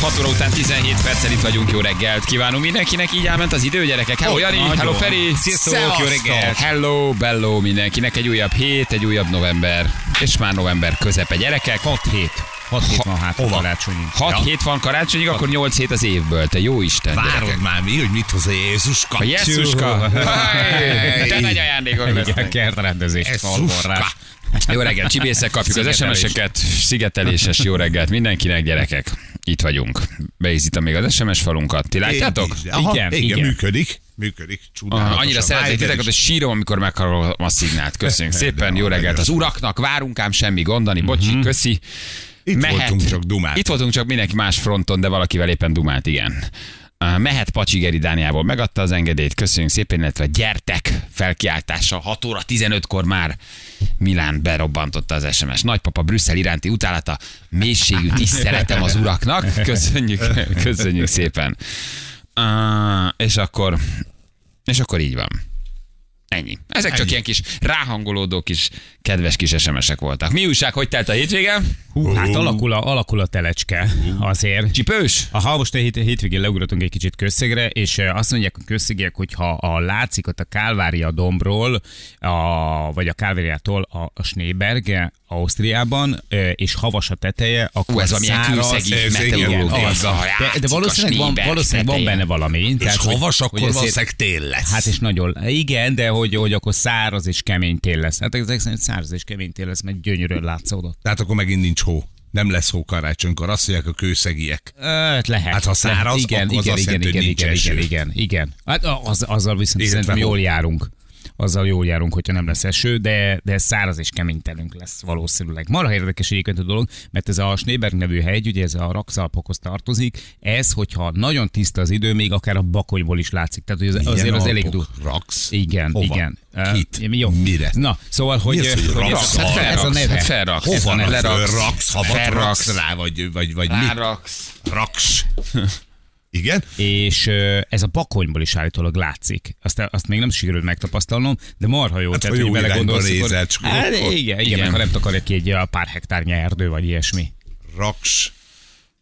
6 óra után 17 perccel itt vagyunk, jó reggelt kívánunk mindenkinek, így elment az idő, gyerekek. Hello Jani, nagyon. hello Feri, Sziasztok, jó reggelt. Hello, bello mindenkinek, egy újabb hét, egy újabb november, és már november közepe, gyerekek. 6 hét. 6 hét van hát Hova? a karácsonyig. 6 Ja. hét van karácsonyig, akkor 8 hét az évből, te jó Isten, gyerekek. Várod már mi, hogy mit hoz a Jézuska? A Jézuska. Hey. Te nagy ajándékok Igen, lesznek. kertrendezés, Ez falforrás. szuska. Jó reggelt, csibészek kapjuk az Szigetelés. SMS-eket, szigeteléses jó reggelt mindenkinek, gyerekek. Itt vagyunk. Beizítom még az SMS falunkat. Ti látjátok? Én is. Aha, igen, Igen, igen, igen. működik. Működik, Aha, csodálatosan. annyira szeretek Májder titeket, is. hogy sírom, amikor meghallom a szignált. Köszönjük szépen, jó reggelt az uraknak, várunk ám semmi gondani, bocsi, köszi. Mhm. Itt voltunk, csak dumáltunk. Itt voltunk csak mindenki más fronton, de valakivel éppen dumált, igen. Ah, Mehet Pacsigeri Dániából, megadta az engedélyt, köszönjük szépen, illetve gyertek felkiáltással 6 óra 15-kor már Milán berobbantotta az SMS. Nagypapa Brüsszel iránti utálata, mélységű tiszteletem az uraknak. Köszönjük, köszönjük szépen. Ah, és akkor, és akkor így van. Ennyi. Ezek csak Ennyi. ilyen kis ráhangolódó kis kedves kis SMS-ek voltak. Mi újság, hogy telt a hétvége? Hú, hát alakul a, alakul a telecske azért. Csipős? Aha, most a hét, hétvégén leugratunk egy kicsit közszegre, és eh, azt mondják a közszegiek, hogy ha a látszikat a Kálvária dombról, a, vagy a Kálváriától a, a Schneeberge Ausztriában, eh, és havas a teteje, akkor Ú, ez valami ilyen száraz- kőszegi Igen, meteorológia. az. Ha De, látszik de a valószínűleg, van, Schneeberg valószínűleg van teteje. benne valami. És havas, akkor azért- valószínűleg tél lesz. Hát és nagyon, igen, de hogy, hogy akkor száraz és kemény tél lesz. Hát ezek szerint száraz és kemény tél lesz, mert gyönyörűen látszódott. Tehát akkor megint nincs hó. Nem lesz hó karácsonykor, azt mondják a kőszegiek. Öt lehet. Hát, ha száraz, lehet. akkor az azt jelenti, hogy nincs igen, eső. igen, igen, igen. Hát a- az, azzal viszont Illetve szerintem hó. jól járunk. Azzal jól járunk, hogyha nem lesz eső, de, de száraz és kemény telünk lesz valószínűleg. Marha érdekes egyébként a dolog, mert ez a Schneeberg nevű hegy, ugye ez a Rakszalpokhoz tartozik, ez, hogyha nagyon tiszta az idő, még akár a bakonyból is látszik. Tehát hogy az, Milyen azért az elég alpok durva. Raksz? Igen, Hova? igen. Ö, Kit? mi- Jó. Mire? Na, szóval, hogy... Mi az, hogy hogy raksz? ez, hát ez a neve. Hát felraksz. Ez a Hova neve. raksz? Leraksz. Raksz, havat Felraksz. raksz rá, vagy, vagy, vagy mi? Ráraksz. Raksz. Igen? És ö, ez a bakonyból is állítólag látszik. Azt, azt még nem sikerült megtapasztalnom, de marha jó. Hát, ha jó irányba nézel, csak Hát, akkor- igen, igen, Igen. igen. Meg, ha nem takarja ki egy a pár hektárnyi erdő, vagy ilyesmi. Raks.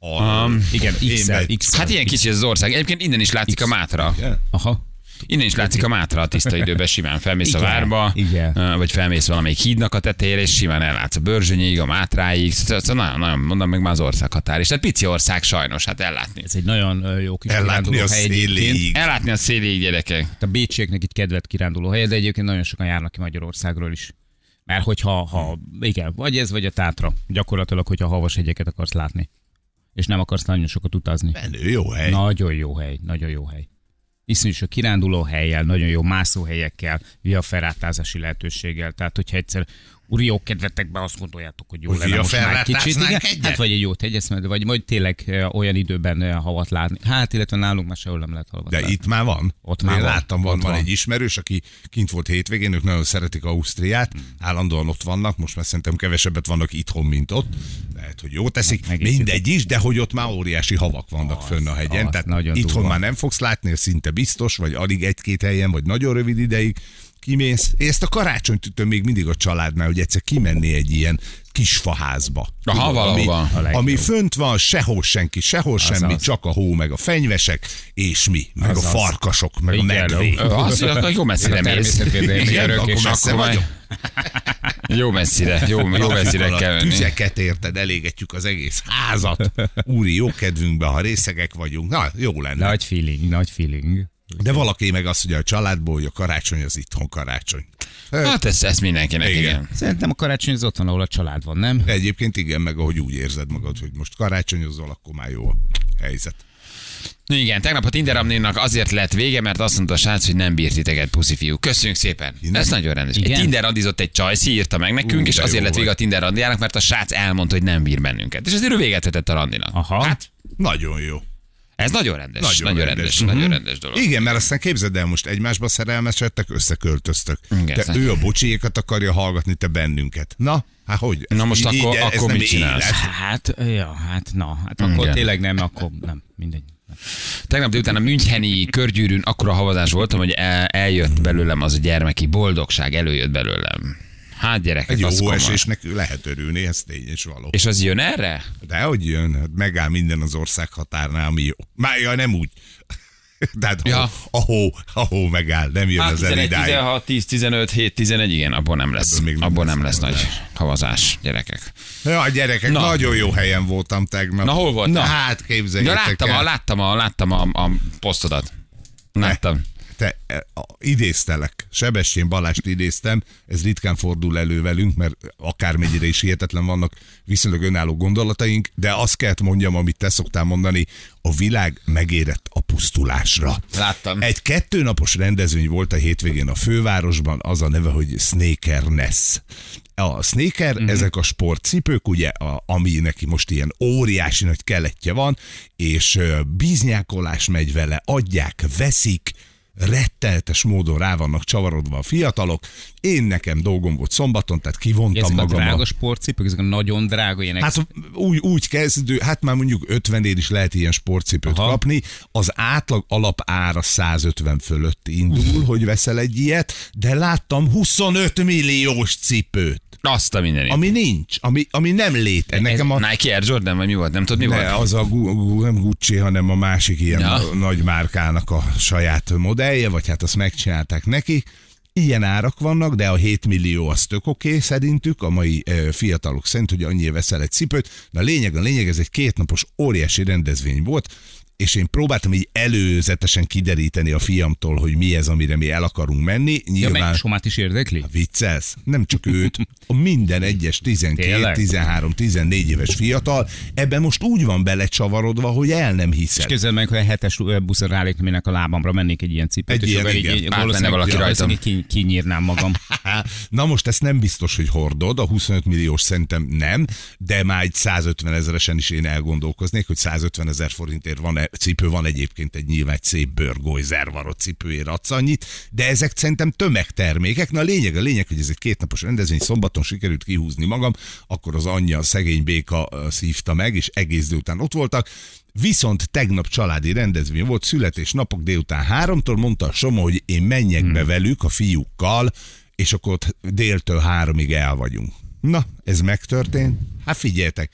Um, Igen, Én x meg- x Hát ilyen kicsi ez az ország. Egyébként innen is látszik a Mátra. Aha. Innen is látszik a Mátra a tiszta időben, simán felmész a Igen, várba, igen. ö, vagy felmész valamelyik hídnak a tetejére, és simán ellátsz a Börzsönyig, a Mátráig. Szóval szóval nagyon, nagyon mondom, meg már az ország határ. És tehát pici ország sajnos, hát ellátni. Ez egy nagyon ö, jó kis Ellátni kiránduló a hely egyébként. Hát széléig. Ellátni a széléig, gyerekek. A bécsieknek egy kedvelt kiránduló hely, de egyébként nagyon sokan járnak ki Magyarországról is. Mert hogyha, ha, igen, vagy ez, vagy a tátra. Gyakorlatilag, hogyha havas hegyeket akarsz látni. És nem akarsz nagyon sokat utazni. Menő, jó hely. Nagyon jó hely, nagyon jó hely. Iszonyos a kiránduló helyjel, nagyon jó mászóhelyekkel, via ferrátázási lehetőséggel. Tehát, hogyha egyszer uri jó kedvetekben azt gondoljátok, hogy jó Hogy lenne most már kicsit. viaferrátáznánk Igen, egyet? hát vagy egy jó tegyeszmed, vagy majd tényleg eh, olyan időben eh, havat látni. Hát, illetve nálunk már sehol nem lehet havat De látni. itt már van. Ott már Én van. láttam, van, Ott van, van. egy ismerős, aki kint volt hétvégén, ők nagyon szeretik Ausztriát, Hmm. állandóan ott vannak, most már szerintem kevesebbet vannak itthon, mint ott. Lehet, hogy jó teszik, Megértik. mindegy is, de hogy ott már óriási havak vannak fönn a hegyen, az tehát nagyon itthon durva. már nem fogsz látni, ez szinte biztos, vagy alig egy-két helyen, vagy nagyon rövid ideig kimész. Én ezt a karácsonytütőn még mindig a családnál, hogy egyszer kimenni egy ilyen kis faházba. Aha, valahova. Ami, A legjobb. ami fönt van, sehol senki, sehol semmi, az. csak a hó, meg a fenyvesek, és mi, meg a Azaz. farkasok, meg a Igen, medvék. jó. Ö, Az, hogy akkor jó messzire Ez a mész. természetvédelmi Igen, örök, akkor és messze akkor vagy. Jó messzire, jó, jó messzire Amikor kell a menni. tüzeket érted, elégetjük az egész házat. Úri, jó kedvünkbe, ha részegek vagyunk. Na, jó lenne. Nagy feeling, nagy feeling. De valaki meg azt mondja a családból, hogy a karácsony az itthon karácsony. Hát ez, ez mindenkinek, Igen. igen. Szerintem a karácsony az otthon, ahol a család van, nem? De egyébként igen, meg ahogy úgy érzed magad, hogy most karácsonyozol, akkor már jó a helyzet. Igen, tegnap a Tinder Amnénak azért lett vége, mert azt mondta a srác, hogy nem bírt titeket, puszi fiú. Köszönjük szépen. Innen? Ez nagyon rendes. Egy Igen? Tinder randizott egy csajszi, írta meg nekünk, Ú, és de azért jó lett vége vagy. a Tinder randiának, mert a srác elmondta, hogy nem bír bennünket. És ezért ő véget vetett a randinak. Aha. Hát, Nagyon jó. Ez nagyon rendes. Ah. Nagyon, Nagyon nagyon rendes. rendes. Mhm. Nagyon rendes dolog. Igen, mert aztán képzeld el, most egymásba szerelmesedtek, összeköltöztök. Igen, te, ez ő a neki. bocsiékat akarja hallgatni, te bennünket. Na, hát hogy? Na most Így- akkor- így- ez akkor nem mit csinálsz? élet. Hát, ja, hát na, hát akkor Igen. tényleg nem, akkor nem, mindegy. Tegnap délután a Müncheni körgyűrűn akkora havazás voltam, hogy el, eljött belőlem az a gyermeki boldogság, előjött belőlem. Hát gyerekek, Egy az jó komoly. esésnek lehet örülni, ez tény és való. És az jön erre? De hogy jön, hát megáll minden az ország határnál, ami jó. Már ja, nem úgy. Tehát ja. Ja. ahó, ahó megáll, nem jön hát, az elidáig. 10, 15, 7, 11, igen, abból nem lesz. Ebből még nem abból lesz nem lesz havazás. nagy havazás, gyerekek. Ja, gyerekek, Na. Na. nagyon jó helyen voltam tegnap. Na, hol voltál? Hát De képzeljétek láttam, a, el. láttam, a, láttam a, a posztodat. Láttam. Te, e, a, idéztelek, Sebestyén Balást idéztem, ez ritkán fordul elő velünk, mert akármennyire is hihetetlen vannak viszonylag önálló gondolataink, de azt kellett mondjam, amit te szoktál mondani, a világ megérett a pusztulásra. Láttam. Egy kettőnapos rendezvény volt a hétvégén a fővárosban, az a neve, hogy Snaker Ness. A sneaker, uh-huh. ezek a sportcipők, ugye, a, ami neki most ilyen óriási nagy keletje van, és ö, bíznyákolás megy vele, adják, veszik, retteltes módon rá vannak csavarodva a fiatalok. Én nekem dolgom volt szombaton, tehát kivontam Ezek a magam. drága a- sportcipők, ezek a nagyon drága ilyenek. Hát úgy, úgy kezdő, hát már mondjuk 50 ér is lehet ilyen sportcipőt Aha. Aha. kapni. Az átlag alapára 150 fölött indul, hogy veszel egy ilyet, de láttam 25 milliós cipőt, Azt a mindenit. ami nincs, ami, ami nem létezik. Nekem a Nike Air Jordan, vagy mi volt? Nem tudod, mi ne, volt? az a Gu- Gu- nem Gucci, hanem a másik ilyen Ja. ja. nagy márkának a saját modellje, vagy hát azt megcsinálták neki. Ilyen árak vannak, de a 7 millió az tök oké okay, szerintük, a mai e, fiatalok szerint, hogy annyi veszel egy cipőt. De a lényeg, a lényeg, ez egy kétnapos óriási rendezvény volt, és én próbáltam így előzetesen kideríteni a fiamtól, hogy mi ez, amire mi el akarunk menni. ja, meg Nyilván somát is érdekli? viccelsz? Nem csak őt, a minden egyes 12, Tényleg? 13, 14 éves fiatal, ebben most úgy van belecsavarodva, hogy el nem És hiszed. képzeld meg, hogy a hetes buszra rálépnének a lábamra, mennék egy ilyen cipőt, Egy és ilyen, akkor igen. így, így Átmenne valaki valószínűleg ki- kinyírnám magam. Na most ezt nem biztos, hogy hordod, a 25 milliós szerintem nem, de már egy 150 ezeresen is én elgondolkoznék, hogy 150 ezer forintért van cipő, van egyébként egy nyilván egy szép bőrgolyzer varott cipőért adsz annyit, de ezek szerintem tömegtermékek. Na a lényeg, a lényeg, hogy ez egy kétnapos rendezvény, szombaton sikerült kihúzni magam, akkor az anyja, a szegény béka ö, szívta meg, és egész délután ott voltak, Viszont tegnap családi rendezvény volt, születésnapok délután háromtól, mondta a Somo, hogy én menjek be velük, a fiúkkal, és akkor ott déltől háromig el vagyunk. Na, ez megtörtént. Hát figyeljetek,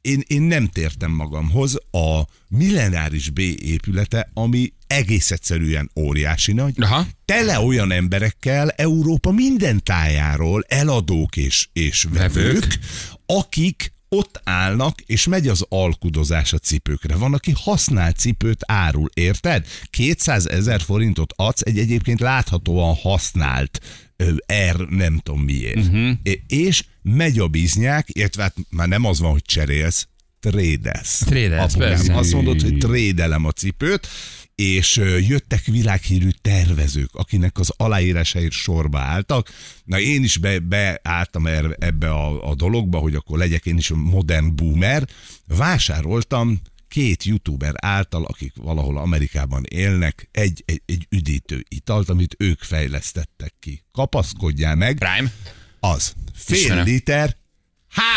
én, én nem tértem magamhoz a millenáris B épülete, ami egész egyszerűen óriási nagy, Aha. tele olyan emberekkel Európa minden tájáról, eladók és, és vevők, Vevők. akik ott állnak, és megy az alkudozás a cipőkre. Van, aki használ cipőt árul, érted? 200 ezer forintot adsz egy egyébként láthatóan használt ö, R nem tudom miért. Uh-huh. És megy a biznyák, illetve hát már nem az van, hogy cserélsz, trédelsz. Trédelsz, Apukám, persze. Azt mondod, hogy trédelem a cipőt, és ö, jöttek világhírű tervezők, akinek az aláírásaért sorba álltak. Na én is be, beálltam er- ebbe a, a dologba, hogy akkor legyek én is a modern boomer. Vásároltam két youtuber által, akik valahol Amerikában élnek, egy, egy, egy üdítő italt, amit ők fejlesztettek ki. Kapaszkodjál meg, Prime? az fél Ismerem. liter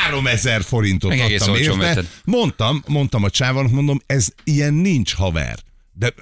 3000 forintot Meg egész adtam olcsón érte. vetted. Mondtam, mondtam a csávának, mondom, ez ilyen nincs haver. De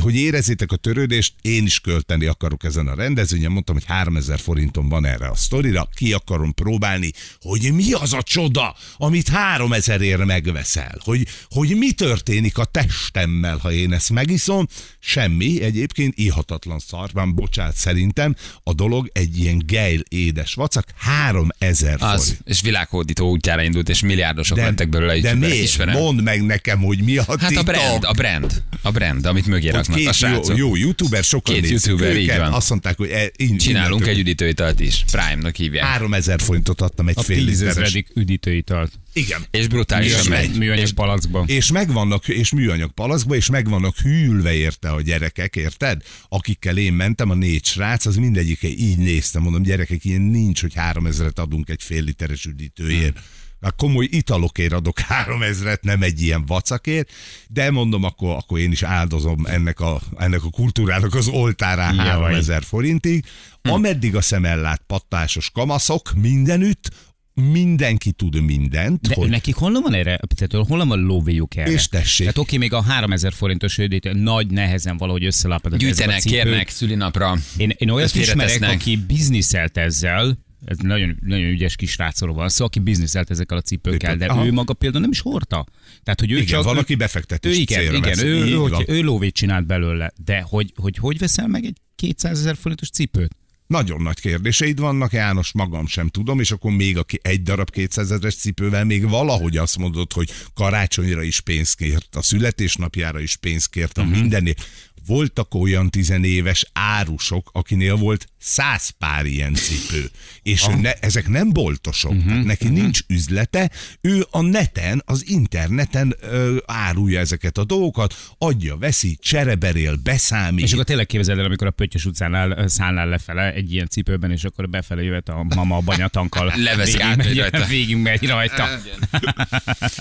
hogy érezzétek a törődést, én is költeni akarok ezen a rendezvényen. Mondtam, hogy 3000 forintom van erre a sztorira, ki akarom próbálni, hogy mi az a csoda, amit 3000 ér megveszel. Hogy, hogy mi történik a testemmel, ha én ezt megiszom. Semmi, egyébként ihatatlan szarván, bocsát szerintem, a dolog egy ilyen geil édes vacak, 3000 forint. Az, és világhódító útjára indult, és milliárdosok de, lettek belőle. de youtuberek. miért? Ismerem. Mondd meg nekem, hogy mi a Hát titok. a brand, a brand, a brand, amit mögé Ott raknak a két jó, srácok. jó youtuber, sokan Két nézik youtuber, így őket, van. azt mondták, hogy e, in, Csinálunk innentől egy üdítőitalt is. Prime-nak hívják. Hát, 3000 forintot adtam egy A fél literes. tízezredik üdítőitalt. Igen. És brutálisan És megy. Műanyag palackban. És megvannak, és műanyag palacba, és megvannak hűlve érte a gyerekek, érted? Akikkel én mentem, a négy srác, az mindegyike így néztem, mondom, gyerekek, ilyen nincs, hogy 3000-et adunk egy fél literes üdítőért. A Hát komoly italokért adok 3000-et, nem egy ilyen vacakért, de mondom, akkor, akkor én is áldozom ennek a, ennek a kultúrának az oltárán Javaj. 3000 forintig. Ameddig a szemellát pattásos kamaszok mindenütt, mindenki tud mindent, De hogy nekik honnan van erre, tehát honnan van lóvéjuk erre? És tessék. Tehát oké, még a 3000 forintos ödít nagy nehezen valahogy összelapad. Gyűjtenek, kérnek szülinapra. Én, én olyat ismerek, félretesznek. aki bizniszelt ezzel, ez nagyon, nagyon ügyes kis srácról van szó, aki bizniszelt ezekkel a cipőkkel, de Aha. Aha. ő maga például nem is hordta. Tehát, hogy ő Igen, csak... van, ő- aki ő, befektetés igen, célra igen, veszi. ő, Így ő, van. hogy, ő lóvét csinált belőle, de hogy, hogy hogy veszel meg egy 200 ezer forintos cipőt? Nagyon nagy kérdéseid vannak, János, magam sem tudom, és akkor még aki egy darab 200 ezeres cipővel még valahogy azt mondod, hogy karácsonyra is pénzt kért, a születésnapjára is pénzt kért, a Mhm. mindenért. Voltak olyan tizenéves árusok, akinél volt száz pár ilyen cipő, és Ah. ő ne, ezek nem boltosok, Mhm, uh-huh, neki uh-huh. nincs üzlete, ő a neten, az interneten ö, árulja ezeket a dolgokat, adja, veszi, csereberél, beszámít. És akkor tényleg képzeld el, amikor a Pöttyös utcán áll, szállnál lefele egy ilyen cipőben, és akkor befele jövet a mama a banyatankkal. Leveszi, átmegy végig megy, rajta. Végig megy rajta.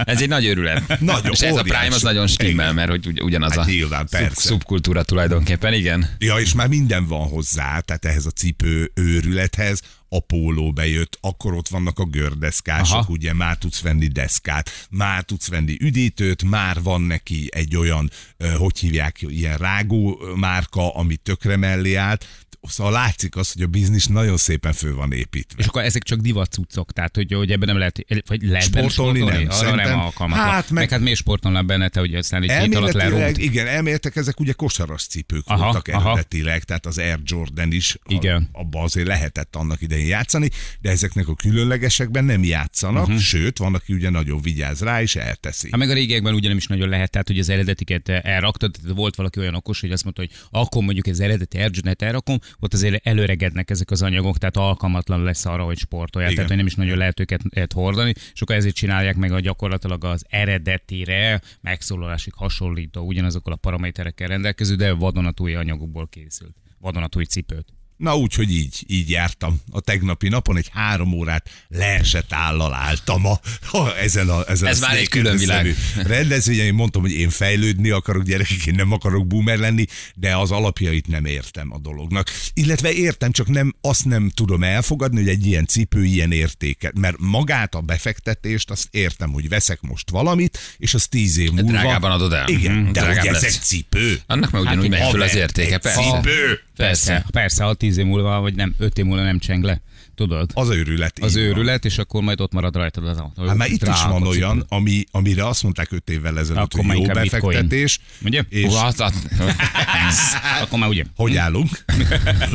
Ez egy nagy örület. Nagyon, És ez a óriás. Prime az nagyon stimmel, mert hogy ugy- ugyanaz Hát a nyilván, szub- persze. szubkultúra tulajdonképpen, igen. Ja, és már minden van hozzá, tehát ehhez a cipő őrülethez, a póló bejött, akkor ott vannak a gördeszkások, Aha. Aha. ugye már tudsz venni deszkát, már tudsz venni üdítőt, már van neki egy olyan, ö, hogy hívják, ilyen rágó ö, márka, ami tökre mellé állt, szóval látszik az, hogy a biznis nagyon szépen föl van építve. És akkor ezek csak divat cuccok, tehát hogy, hogy ebben nem lehet, vagy lehet benne Sportolni nem, arra szerintem. nem alkalmas. Hát, Hát, meg, meg- meg hát miért sportolnál benne, te ugye aztán egy hét alatt Elméletileg, lerúgt. igen, elméletek ezek ugye kosaras cipők aha, Aha, voltak aha. eredetileg, aha. tehát az Air Jordan is, Igen. A, abba azért lehetett annak idején játszani, de ezeknek a különlegesekben nem játszanak, Mhm. uh-huh. sőt, van, aki ugye nagyon vigyáz rá, és elteszi. Hát meg a régiekben ugye nem is nagyon lehet, tehát hogy az eredetiket elraktad, tehát volt valaki olyan okos, hogy azt mondta, hogy akkor mondjuk az eredeti Erzsönet elrakom, ott azért előregednek ezek az anyagok, tehát alkalmatlan lesz arra, hogy sportolják, Igen. tehát hogy nem is nagyon lehet őket őket hordani, és akkor ezért csinálják meg a gyakorlatilag az eredetire megszólalásig hasonlító, ugyanazokkal a paraméterekkel rendelkező, de vadonatúj anyagokból készült vadonatúj cipőt. Na úgyhogy így, így jártam. A tegnapi napon egy három órát leesett állal álltam a, ha, ezen a, ezen Ez a már egy Snake külön Eater világ. szerű Rendezvényen én mondtam, hogy én fejlődni akarok, gyerekek, én nem akarok boomer lenni, de az alapjait nem értem a dolognak. Illetve értem, csak nem, azt nem tudom elfogadni, hogy egy ilyen cipő ilyen értéket, mert magát a befektetést azt értem, hogy veszek most valamit, és az tíz év múlva... Drágában adod el. Igen, Mhm, de drágább hogy ez lesz. egy cipő. Annak már ugyanúgy Hát, megy föl az haver, értéke, egy persze. cipő. Persze. Persze, ha tíz év múlva, vagy nem, öt év múlva nem cseng le, tudod? Az őrület. az így van. őrület, és akkor majd ott marad rajtad az autó. Hát már itt is Drága van cipő. olyan, ami, amire azt mondták öt évvel ezelőtt, Akkor hogy már jó inkább bitcoin. befektetés. Ugye? És Ó, az- az- hát, Akkor már ugye. hogy állunk?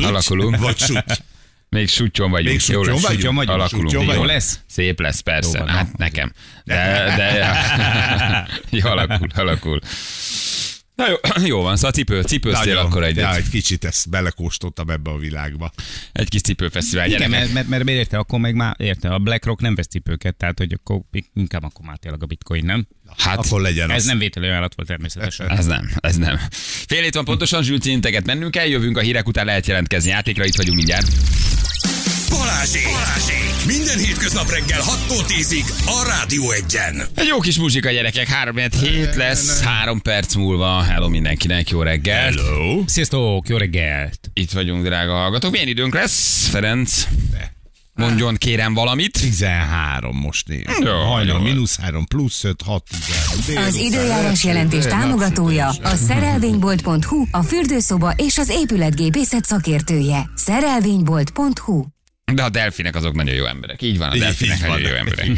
Alakulunk. Vagy süt. Még sutyon vagyunk. Még Jó sutyon lesz, vagyunk. sutyon vagyunk. Alakulunk. Sutyon Jó vagyunk. lesz? Szép lesz, persze. Jó van, hát nekem. De, de jó, alakul, alakul. Na jó, jó van, szóval cipő, cipőztél Nagyon. akkor Ja, egyet. egy kicsit ezt belekóstoltam ebbe a világba. Egy kis cipőfesztivál. Igen, gyerekek. mert, mert, mert miért érte, akkor meg már érte, a BlackRock nem vesz cipőket, tehát hogy akkor inkább akkor már tényleg a bitcoin, nem? Hát, Akkor legyen Ez az. nem vételő ajánlat volt természetesen. Ez nem, ez nem. Fél hét van pontosan, zsülcinteket mennünk kell, jövünk a hírek után lehet jelentkezni játékra, itt vagyunk mindjárt. Balázsék! Balázsék! Minden hétköznap reggel 6-tól 10-ig a Rádió Egyen. Egy jó kis muzsika, gyerekek, 3 hét lesz, három perc múlva. Hello mindenkinek, jó reggel. Hello? Sziasztok, jó reggelt! Itt vagyunk, drága hallgatók. Milyen időnk lesz, Ferenc? Mondjon kérem valamit. 13 most néz. Jó, Hajnal jó. mínusz 3, plusz 5, 6, 10. Az időjárás jelentés támogatója a szerelvénybolt.hu, a fürdőszoba és az épületgépészet szakértője. Szerelvénybolt.hu De a delfinek azok nagyon jó emberek. Így van, a Így delfinek van. nagyon jó emberek.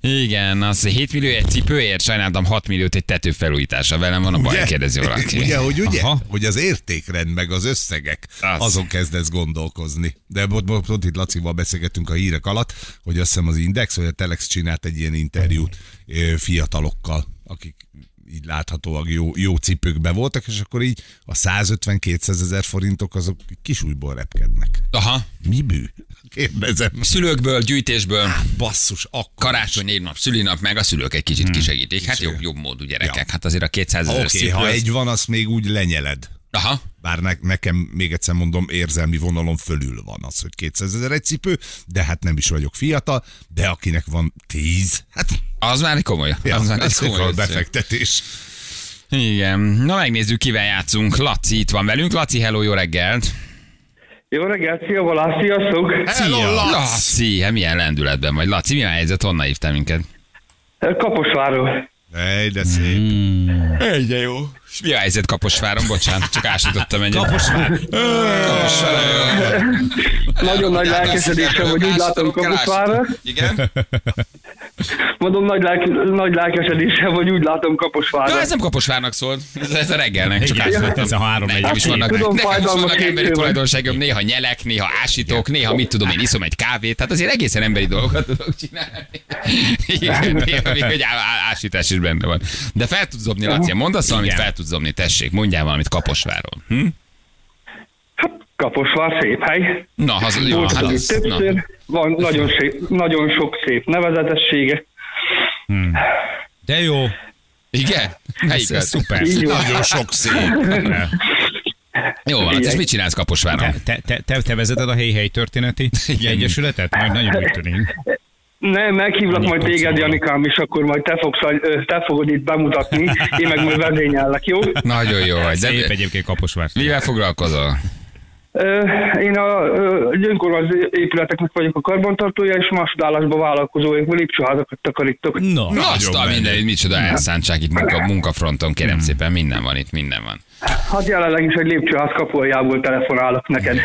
Igen, az 7 millió egy cipőért, sajnáltam 6 milliót egy tetőfelújítása. Velem van a baj, kérdezi valaki. Ugye, hogy ugye? Aha. Hogy az értékrend meg az összegek, az. Az. azon kezdesz gondolkozni. De most, most, most itt Lacival beszélgettünk a hírek alatt, hogy azt hiszem az Index, vagy a Telex csinált egy ilyen interjút ö, fiatalokkal, akik így láthatóan jó, jó cipőkbe voltak, és akkor így a 150-200 ezer forintok azok kis újból repkednek. Aha, Mi bű? Kérdezem. szülőkből, gyűjtésből. Basszus, akkor Karácsony négy nap, szülinap, meg a szülők egy kicsit kisegítik. Hát jobb, jobb módú gyerekek. Hmm. Ja. Hát azért a 200 ezer Oké, okay, ha cipő. egy van, azt még úgy lenyeled. Aha. Bár ne, nekem, még egyszer mondom, érzelmi vonalon fölül van az, hogy 200 ezer egy cipő, de hát nem is vagyok fiatal, de akinek van 10, hát Az már egy komoly. ja, az már egy ez komoly. egy befektetés. Igen. Na megnézzük, kivel játszunk. Laci itt van velünk. Laci, hello, jó reggelt. Jó reggelt, szia Balázs, sziasztok! Hello, Lac! Laci, hát milyen lendületben vagy. Laci, mi a helyzet? Honnan hívtál minket? Kaposváról. Ej, de szép. Hmm. Egyre jó. És mi a helyzet Kaposváron? Bocsánat, csak ásítottam egyet. Kaposvár. Kaposvár. Nagyon nagy lelkesedésem, hogy úgy látom Kaposvárra. Igen? Mondom, nagy, lelk- nagy lelkesedésem, hogy úgy látom Kaposvárra. Na, ez nem Kaposvárnak szólt. Ez, ez a reggelnek. Csak Igen, ásítottam. ez a három Nekem is egyik. vannak, Tudom, nekem is fájdalmas vannak emberi hétfő van. tulajdonságom, néha nyelek, néha ásítok, néha mit tudom én, iszom egy kávét, tehát azért egészen emberi dolgokat tudok csinálni. Igen, néha még egy á- á- ásítás is benne van. De fel tudsz zobni, Laci, mondasz valamit, fel tudsz zobni, tessék, mondjál valamit Kaposváron. Hm? Hát, Kaposvár szép hely. Na, haza, jó, Voltam hát itt az, na. többször, van nagyon, szép, nagyon sok szép nevezetessége. De jó, Igen? Helyik ez, ez az. szuper. Így van. Nagyon sok szép. Jó van, Laci, és Igen. mit csinálsz Kaposváron? Te, te, te, te vezeted a helyi helyi történeti Igen. egyesületet? Majd nagyon úgy tűnik. Nem, meghívlak majd téged, Janikám, és akkor majd te, fogsz, ö, te fogod itt bemutatni, én meg majd vezényellek, jó? Nagyon jó vagy. De Szép egyébként Kaposvár. mivel foglalkozol? Ö, Én a ö, egy önkormányzati épületeknek vagyok a karbantartója, és másodállásban vállalkozóink, lépcsőházakat takarítok. Na, Na, azt a menő. minden, hogy micsoda elszántság itt munka, munkafronton, Hmm. kérem szépen, minden van itt, minden van. Hát jelenleg is egy lépcsőház kapujából telefonálok neked.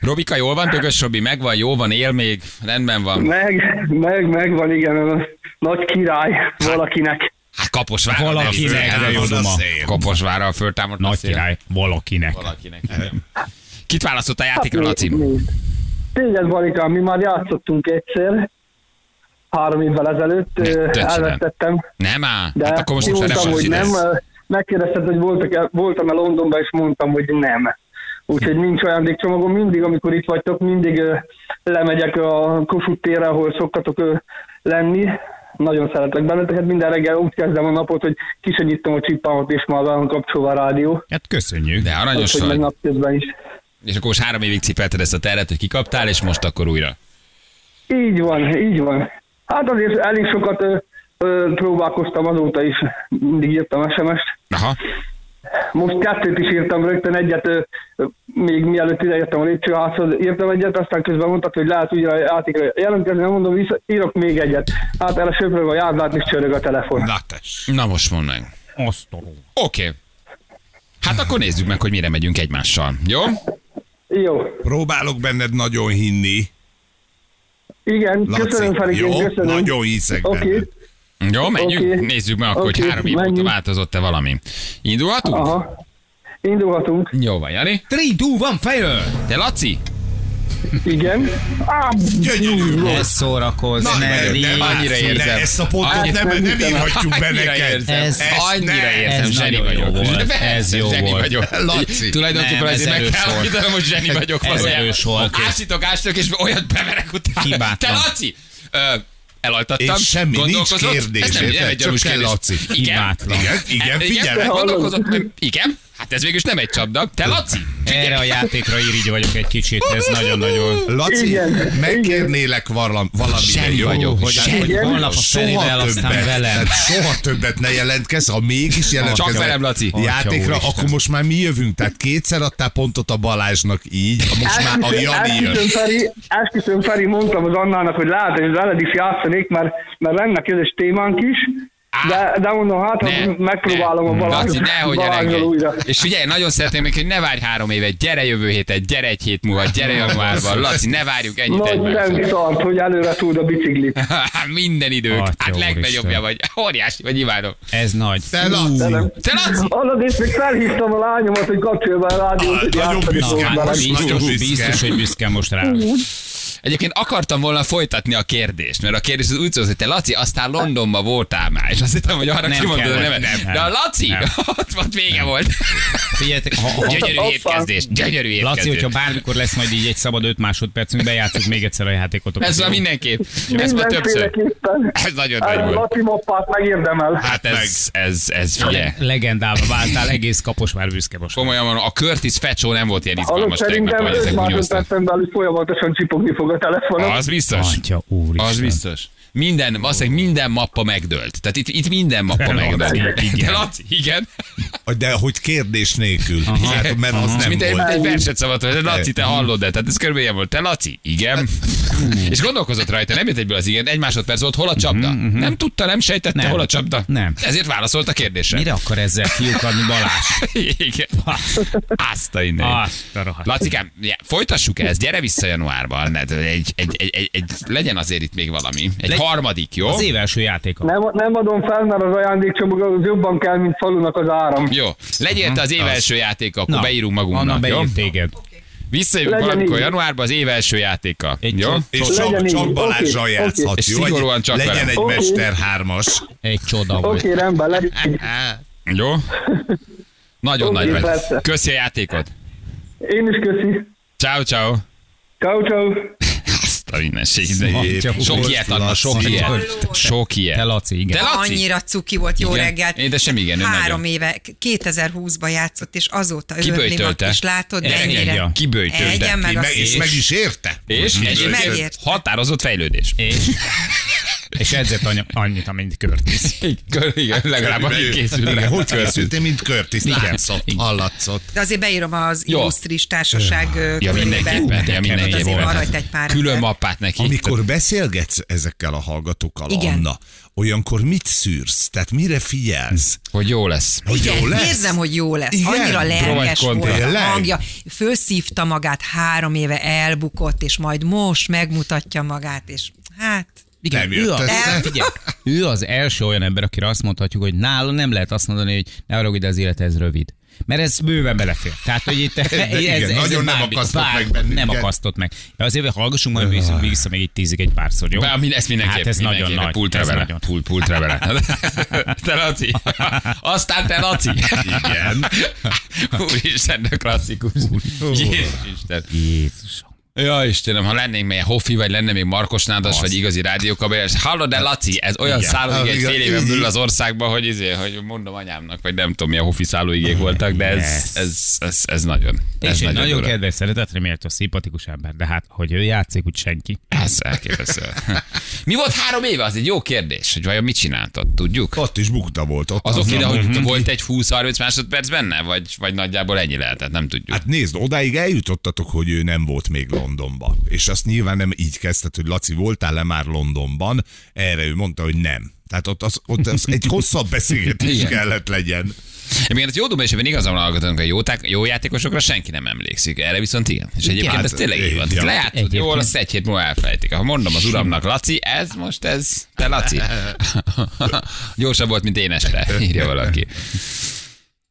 Robika, jól van, Dögös Robi, megvan, jó van, él még, rendben van. Meg, meg, meg van, igen, a nagy király valakinek. Hát Kaposváron. Valakinek, nem de jó föltámad a duma. szél. Kaposvárral föltámad a nagy szél. király valakinek. Valakinek, igen. Kit választottál játékra, Hát, Laci? nézd. Téged, Valikám, mi már játszottunk egyszer, három évvel ezelőtt, Ne, ö, döntsen el. elvesztettem, Nem á, de hát akkor most most mondtam, nem hogy nem. lesz. ö, Megkérdezted, hogy voltak-e- voltam-e Londonban, és mondtam, hogy nem. Úgyhogy nincs ajándékcsomagom, mindig, amikor itt vagytok, mindig ö, lemegyek a Kossuth térre, ahol szoktatok ö, lenni. Nagyon szeretlek benneteket, Hát minden reggel úgy kezdem a napot, hogy kisegítem a csippámat, és már van kapcsolva a rádió. Hát köszönjük. De aranyos Úgyhogy meg vagy. napközben is. És akkor most három évig cipelted ezt a terret, hogy kikaptál, és most akkor újra. Így van, így van. Hát azért elég sokat ö, ö, próbálkoztam azóta is, mindig írtam SMS-t. Aha. Most kettőt is írtam rögtön, egyet ö, ö, még mielőtt idejöttem a lépcsőházhoz, írtam egyet, aztán közben mondtak, hogy lehet újra játékra jelentkezni, nem mondom, vissza, írok még egyet. Hát el a söprög a járvát, és csörög a telefon. Na tess. Na most mondd meg. Azt a ló. Oké. Hát akkor nézzük meg, hogy mire megyünk egymással. Jó? Jó. Próbálok benned nagyon hinni. Igen, Laci, köszönöm Felikén, jó? köszönöm. Nagyon hiszek Oké. benned. Jó, menjünk? Oké. Nézzük meg akkor, hogy Oké, három év óta menjünk. Ah. változott-e valami. Indulhatunk? Aha. Indulhatunk. Jó van, Jani. 3, 2, 1, fire! Te Laci? Igen. Á, Gyönyörű volt. Ne szórakozz, Na, ne nem, légy. nem, annyira Laci, érzem. De ezt a pontot Annyira- nem, nem írhatjuk be Annyira neked. érzem. Ez- Ezt annyira ne. érzem, Ez zseni nagyon jó vagyok. volt. Persze, Ez jó zseni volt. vagyok. Laci. Tulajdonképpen Nem, ez azért meg erős kell volt. állítanom, hogy zseni vagyok Ez valójában. erős volt. Ásítok, ásítok, és olyat beverek utána. Hibátlan. Te Laci! ö, elaltattam. És semmi, nincs gondolkozott. kérdés, Ez nem, nem érted? egy gyanús Csak kell, kérdés. Laci. Igen. Hibátlan. Igen, igen, Igen, figyelek. gondolkozott. Ö, Igen. Hát ez végül is nem egy csapda. Te Laci! Erre a játékra irigy vagyok egy kicsit, ez nagyon-nagyon... Laci, Igen, megkérnélek valam, valamire, Zseni jó? vagyok, Hogy zseni. Hogy holnap a felével, aztán többet, velem. tehát soha többet ne jelentkezz, ha mégis jelentkezz. Csak velem, Laci. Játékra, Atya akkor most már mi jövünk. Tehát kétszer adtál pontot a Balázsnak így, most már a Jani jön. esküszöm, Feri, esküszöm, Feri, mondtam az Annának, hogy lehet, hogy veled is játszanék, mert, mert lenne közös témánk is, de, de mondom, hát Ne, ha megpróbálom a Laci, Balázs, nehogy Balázsral elengedj. újra. És figyelj, nagyon szeretném még, hogy ne várj három évet, gyere jövő héten, gyere egy hét múlva, gyere januárban. Laci, ne várjuk ennyit Nagy egymásra. szent hogy előre túld a biciklit. Minden idők. Atya hát legnagyobbja úristen. vagy. Óriási vagy, imádom. Ez nagy. Te, Laci. Te Laci! Annak és még felhívtam a lányomat, Ah, hogy kapcsolja be a rádiót, hogy Nagyon játszani büszke fogok vagy. vele. Nagyon Biztos, büszke. biztos, hogy büszke most rá. Egyébként akartam volna folytatni a kérdést, mert a kérdés az úgy szólt, hogy te Laci, aztán Londonba voltál már, és azt hittem, hogy arra Nem kimondod a kell, nevet. nem, De a nem. Laci, Nem. ott, ott vége volt. Figyeljetek, ha, ha, Gyönyörű étkezdés, gyönyörű étkezdés. Laci, hogyha bármikor lesz majd így egy szabad 5 másodpercünk, bejátszunk még egyszer a játékotokat. Ez már mindenképp. Ez már többször. Mindenféleképpen. Ez nagyon Hát, nagy volt. Laci moppát megérdemel. Hát ez, ez, ez, figyelj. Legendává váltál, egész kapos már büszke most. Komolyan van, a Curtis Fecsó nem volt ilyen Azok izgalmas tegnap, szerintem hogy 5 ezek bunyóztak. másodpercen belül folyamatosan csipogni fog a telefonon. Az biztos. Atya úristen. Az biztos. Minden, valószínűleg minden mappa megdőlt. Tehát itt, itt minden mappa De Laci, megdőlt. igen. De Laci, igen. De hogy kérdés nélkül. Hát, mert az Nem nem mint egy, volt. egy verset szabad, hogy Laci, te hallod -e? Tehát ez körülbelül ilyen volt. Te Laci, igen. És gondolkozott rajta, nem jött egyből az igen. Egy másodperc volt, hol a csapda? Nem tudta, nem sejtette, Nem. hol a csapda. Nem. Ezért válaszolt a kérdésre. Mire akar ezzel kiukadni Balázs? Igen. Azt a innen. Azt a rohadt. Lacikám, ja, folytassuk ezt, gyere vissza januárban, ne, egy, egy, egy, egy, egy, legyen azért itt még valami. Egy Legy- harmadik, jó? Az év első játéka. Nem, nem adom fel, mert az ajándékcsomag az jobban kell, mint falunak az áram. Jó, legyél te az év első játéka, akkor beírunk Anna magunknak, jó? beír téged. Visszajövünk Legyen valamikor így. januárban az év első játéka, Egy jó? csod- És Legyen csak, így. csak Oké, Balázsral oké. játszhat, És jó? Egy- szigorúan csak velem. legyen egy Oké. mester hármas. Egy csoda volt. Oké, rendben, legyen. Jó? Nagyon Oké, nagy vagy. persze. Köszi a játékot. Én is köszi. Ciao, ciao. Ciao, ciao. Azt a mindenség. Sok volt, ilyet, Anna, sok Laci. ilyet. Sok ilyet. Te Laci, igen. Te Laci? Annyira cuki volt, jó Igen. reggelt. Én de sem igen, ő Három nagyon. éve, 2020-ban játszott, és azóta őrlim Kiböjtölte. is látod, de Engedje. ennyire. Kiböjtölte. Egyen meg Ki a meg, és szét. meg is érte. És egyébként Megérte. határozott fejlődés. És, és edzett anya, annyit, amint Curtis. Igen, legalább annyit készül. Hát, Igen, hogy Körülbelül. készültél, mint Curtis. Látszott, hallatszott. De azért beírom az Jó. illusztris társaság ö, Ja, körébe. mindenképpen. Ja, Kemény azért van mindenképpen. rajta egy pár Külön ember. mappát neki. Amikor beszélgetsz ezekkel a hallgatókkal, Igen. Anna, olyankor mit szűrsz? Tehát mire figyelsz? Hogy jó lesz. Hogy jó Igen, lesz? érzem, hogy jó lesz. Igen? Annyira Provide lelkes volt content. Tényleg? a hangja. Fölszívta magát, három éve elbukott, és majd most megmutatja magát, és hát... Igen, Nem ő, jött a, össze. figyelj, ő az első olyan ember, akire azt mondhatjuk, hogy nála nem lehet azt mondani, hogy ne arra, hogy az élet ez rövid. Mert ez bőven belefér. Tehát, hogy itt ez, igen, nagyon nem akasztott meg bennünket. Nem akasztott meg. De azért hogy hallgassunk majd vissza, vissza még egy tízig egy párszor, jó? Bár, mind- ezt mindenképp. Hát ez nagyon mindenképp. nagy. Pultra ez vele. nagyon. Pul, pultra vele. te Laci. Aztán te Laci. Igen. Úristen, de klasszikus. Jézusisten. Jézusom. Ja, Istenem, ha lennénk még Hoffi, vagy lenne még Markos Nádas, vagy igazi rádiókabel, és hallod de Laci, ez olyan Igen. szállóig egy Igen. fél éven belül az országban, hogy izé, hogy mondom anyámnak, vagy nem tudom, milyen Hoffi szállóigék voltak, de ez, Yes. ez, ez, ez nagyon. Ez És egy nagyon durva. kedves, szeretetre méltó, szimpatikus ember, de hát, hogy ő játszik, úgy senki. Ez elképesztő. Mi volt három éve? Az egy jó kérdés, hogy vajon mit csináltad, tudjuk? Ott is bukta volt. Ott Azok aznap- ide, hogy volt egy 20-30 másodperc benne, vagy, vagy nagyjából ennyi lehetett, nem tudjuk. Hát nézd, odáig eljutottatok, hogy ő nem volt még Londonba. És azt nyilván nem így kezdted, hogy Laci, voltál-e már Londonban? Erre ő mondta, hogy nem. Tehát ott, az, ott az egy hosszabb beszélgetés Igen. kellett legyen. Még hát jó dumba, és ebben igazán hallgatunk, hogy jó, tá- jó játékosokra senki nem emlékszik. Erre viszont igen. És egyébként hát, ez tényleg így van. ja. Ja. Lejátszod Egyébként. jól, azt egy hét múlva elfelejtik. Ha mondom az uramnak, Laci, ez most ez, te Laci. Gyorsabb volt, mint én este, írja valaki.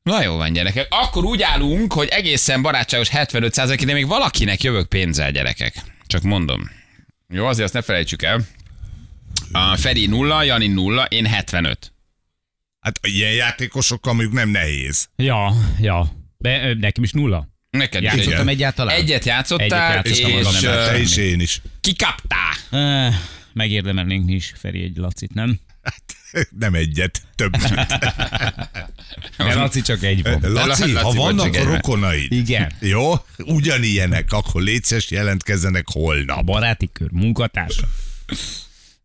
Na jó van, gyerekek. Akkor úgy állunk, hogy egészen barátságos 75 de még valakinek jövök pénzzel, gyerekek. Csak mondom. Jó, azért azt ne felejtsük el. A Feri nulla, Jani nulla, én 75. Hát ilyen játékosokkal mondjuk nem nehéz. Ja, ja. De ö, nekem is nulla. Neked is Játszottam igen. egyáltalán? Egyet játszottál, Egyet játszottam, és, az nem ö, játszott. Te is, én is. Kikaptál. Eh, Megérdemelnénk mi is, Feri, egy lacit, nem? Nem egyet, több. De Laci csak egy van. Laci, Laci ha vagy vannak Zsigeri. rokonaid, Igen. jó, ugyanilyenek, akkor létszes jelentkezzenek A holnap. baráti kör, munkatárs.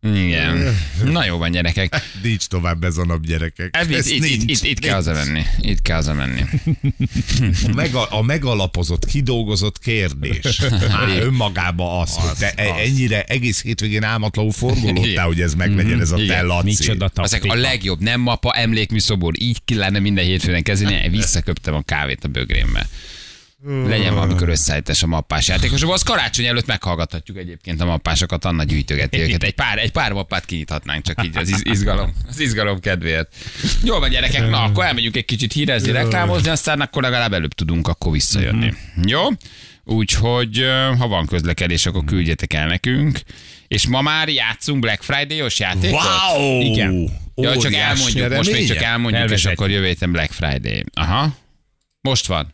Igen. Na jó van, gyerekek. Nincs tovább ez a nap, gyerekek. Ez itt, Ez itt, itt, nincs. itt, itt kell hazamenni. Itt kell hazamenni. A, mega, a megalapozott, kidolgozott kérdés. Hát, Már önmagába az, hogy te e- ennyire egész hétvégén álmatlanul Igen. forgolódtál, hogy ez meglegyen ez a Igen. te Laci. Micsoda Azek a taktika. legjobb, nem mapa, emlékmű szobor. Így ki lenne minden hétfőn kezdeni. Visszaköptem a kávét a bögrémmel. Legyen valamikor összeállítás a mappás játékosokból. Az karácsony előtt meghallgathatjuk egyébként a mappásokat, Anna gyűjtögeti őket. Egy pár, egy pár mappát kinyithatnánk csak így az iz- izgalom, az izgalom kedvéért. Jó van gyerekek, na akkor elmegyünk egy kicsit hírezni, reklámozni, aztán akkor legalább előbb tudunk akkor visszajönni. Jó? Úgyhogy ö, ha van közlekedés, akkor küldjetek el nekünk. És ma már játszunk Black Friday-os játékot? Wow! Igen. Ja, csak elmondjuk, most még csak elmondjuk, Elvezetjük. és akkor jövő héten Black Friday. Aha. Most van.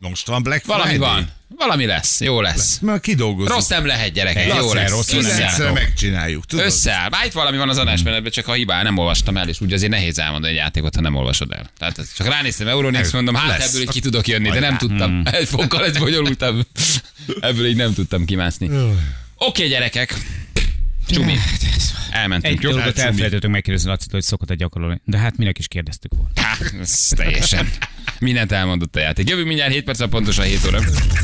Most van Black Friday? Valami van. Valami lesz. Jó lesz. Már kidolgozunk. Rossz nem lehet, gyerekek. Rossz Jó nem, lesz. rossz nem. Kilencre Összeáll. megcsináljuk, tudod? Összeáll. Már itt valami van az adásmenetben, csak a hibá nem olvastam el, és úgy azért nehéz elmondani egy játékot, ha nem olvasod el. Tehát ez- csak ránéztem Euronext, mondom, hát lesz. ebből így ki tudok jönni, de nem tudtam. Egy fokkal egy bonyolultabb. Ebből így nem tudtam kimászni. Oké, gyerekek. Csumi. Egy Elmentünk, jó? Hát, dolgot elfelejtettünk megkérdezni Lacit, hogy szokott-e gyakorolni. De hát minek is kérdeztük volna. Hát, ez teljesen. Mindent elmondott a játék. Jövünk mindjárt 7 perc, a pontosan 7 óra.